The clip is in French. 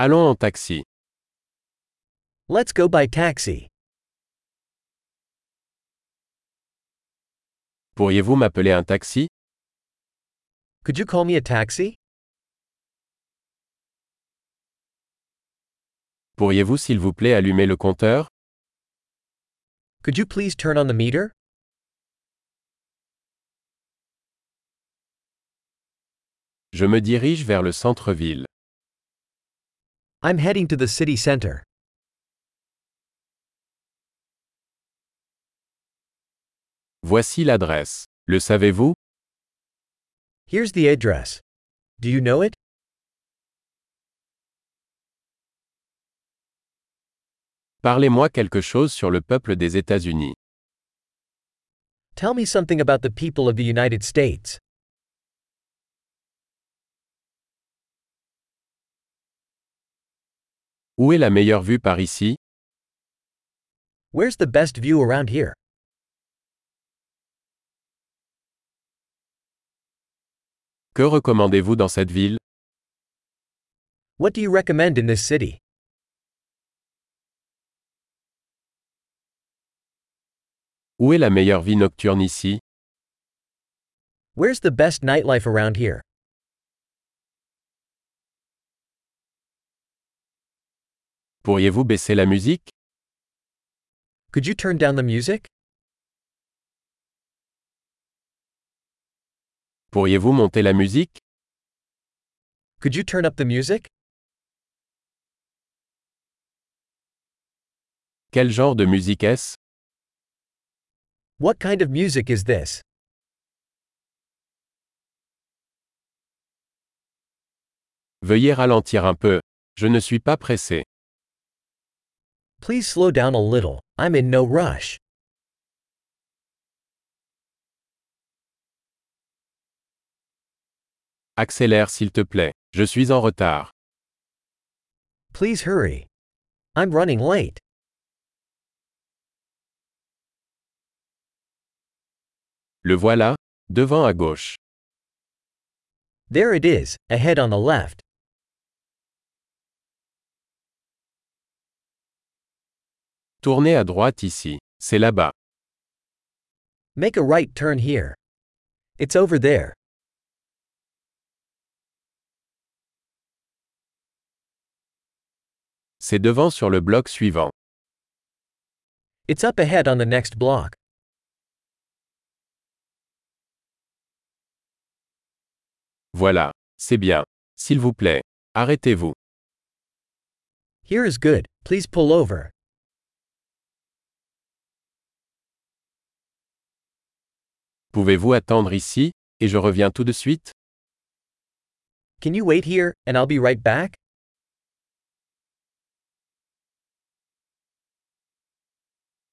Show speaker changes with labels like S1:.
S1: Allons en taxi.
S2: Let's go by taxi.
S1: Pourriez-vous m'appeler un taxi
S2: Could you call me a taxi?
S1: Pourriez-vous s'il vous plaît allumer le compteur
S2: Could you please turn on the meter?
S1: Je me dirige vers le centre-ville.
S2: I'm heading to the city center.
S1: Voici l'adresse. Le savez-vous
S2: Here's the address. Do you know it?
S1: Parlez-moi quelque chose sur le peuple des États-Unis.
S2: Tell me something about the people of the United States.
S1: Où est la meilleure vue par ici
S2: Where's the best view around here?
S1: Que recommandez-vous dans cette ville
S2: What do you recommend in this city?
S1: Où est la meilleure vie nocturne ici
S2: Where's the best nightlife around here?
S1: Pourriez-vous baisser la musique
S2: Could you turn down the music?
S1: Pourriez-vous monter la musique
S2: Could you turn up the music?
S1: Quel genre de musique est-ce
S2: What kind of music is this?
S1: Veuillez ralentir un peu. Je ne suis pas pressé.
S2: Please slow down a little. I'm in no rush.
S1: Accélère s'il te plaît. Je suis en retard.
S2: Please hurry. I'm running late.
S1: Le voilà, devant à gauche.
S2: There it is, ahead on the left.
S1: Tournez à droite ici. C'est là-bas.
S2: Make a right turn here. It's over there.
S1: C'est devant sur le bloc suivant.
S2: It's up ahead on the next block.
S1: Voilà. C'est bien. S'il vous plaît, arrêtez-vous.
S2: Here is good. Please pull over.
S1: Pouvez-vous attendre ici, et je reviens tout de suite
S2: Can you wait here, and I'll be right back?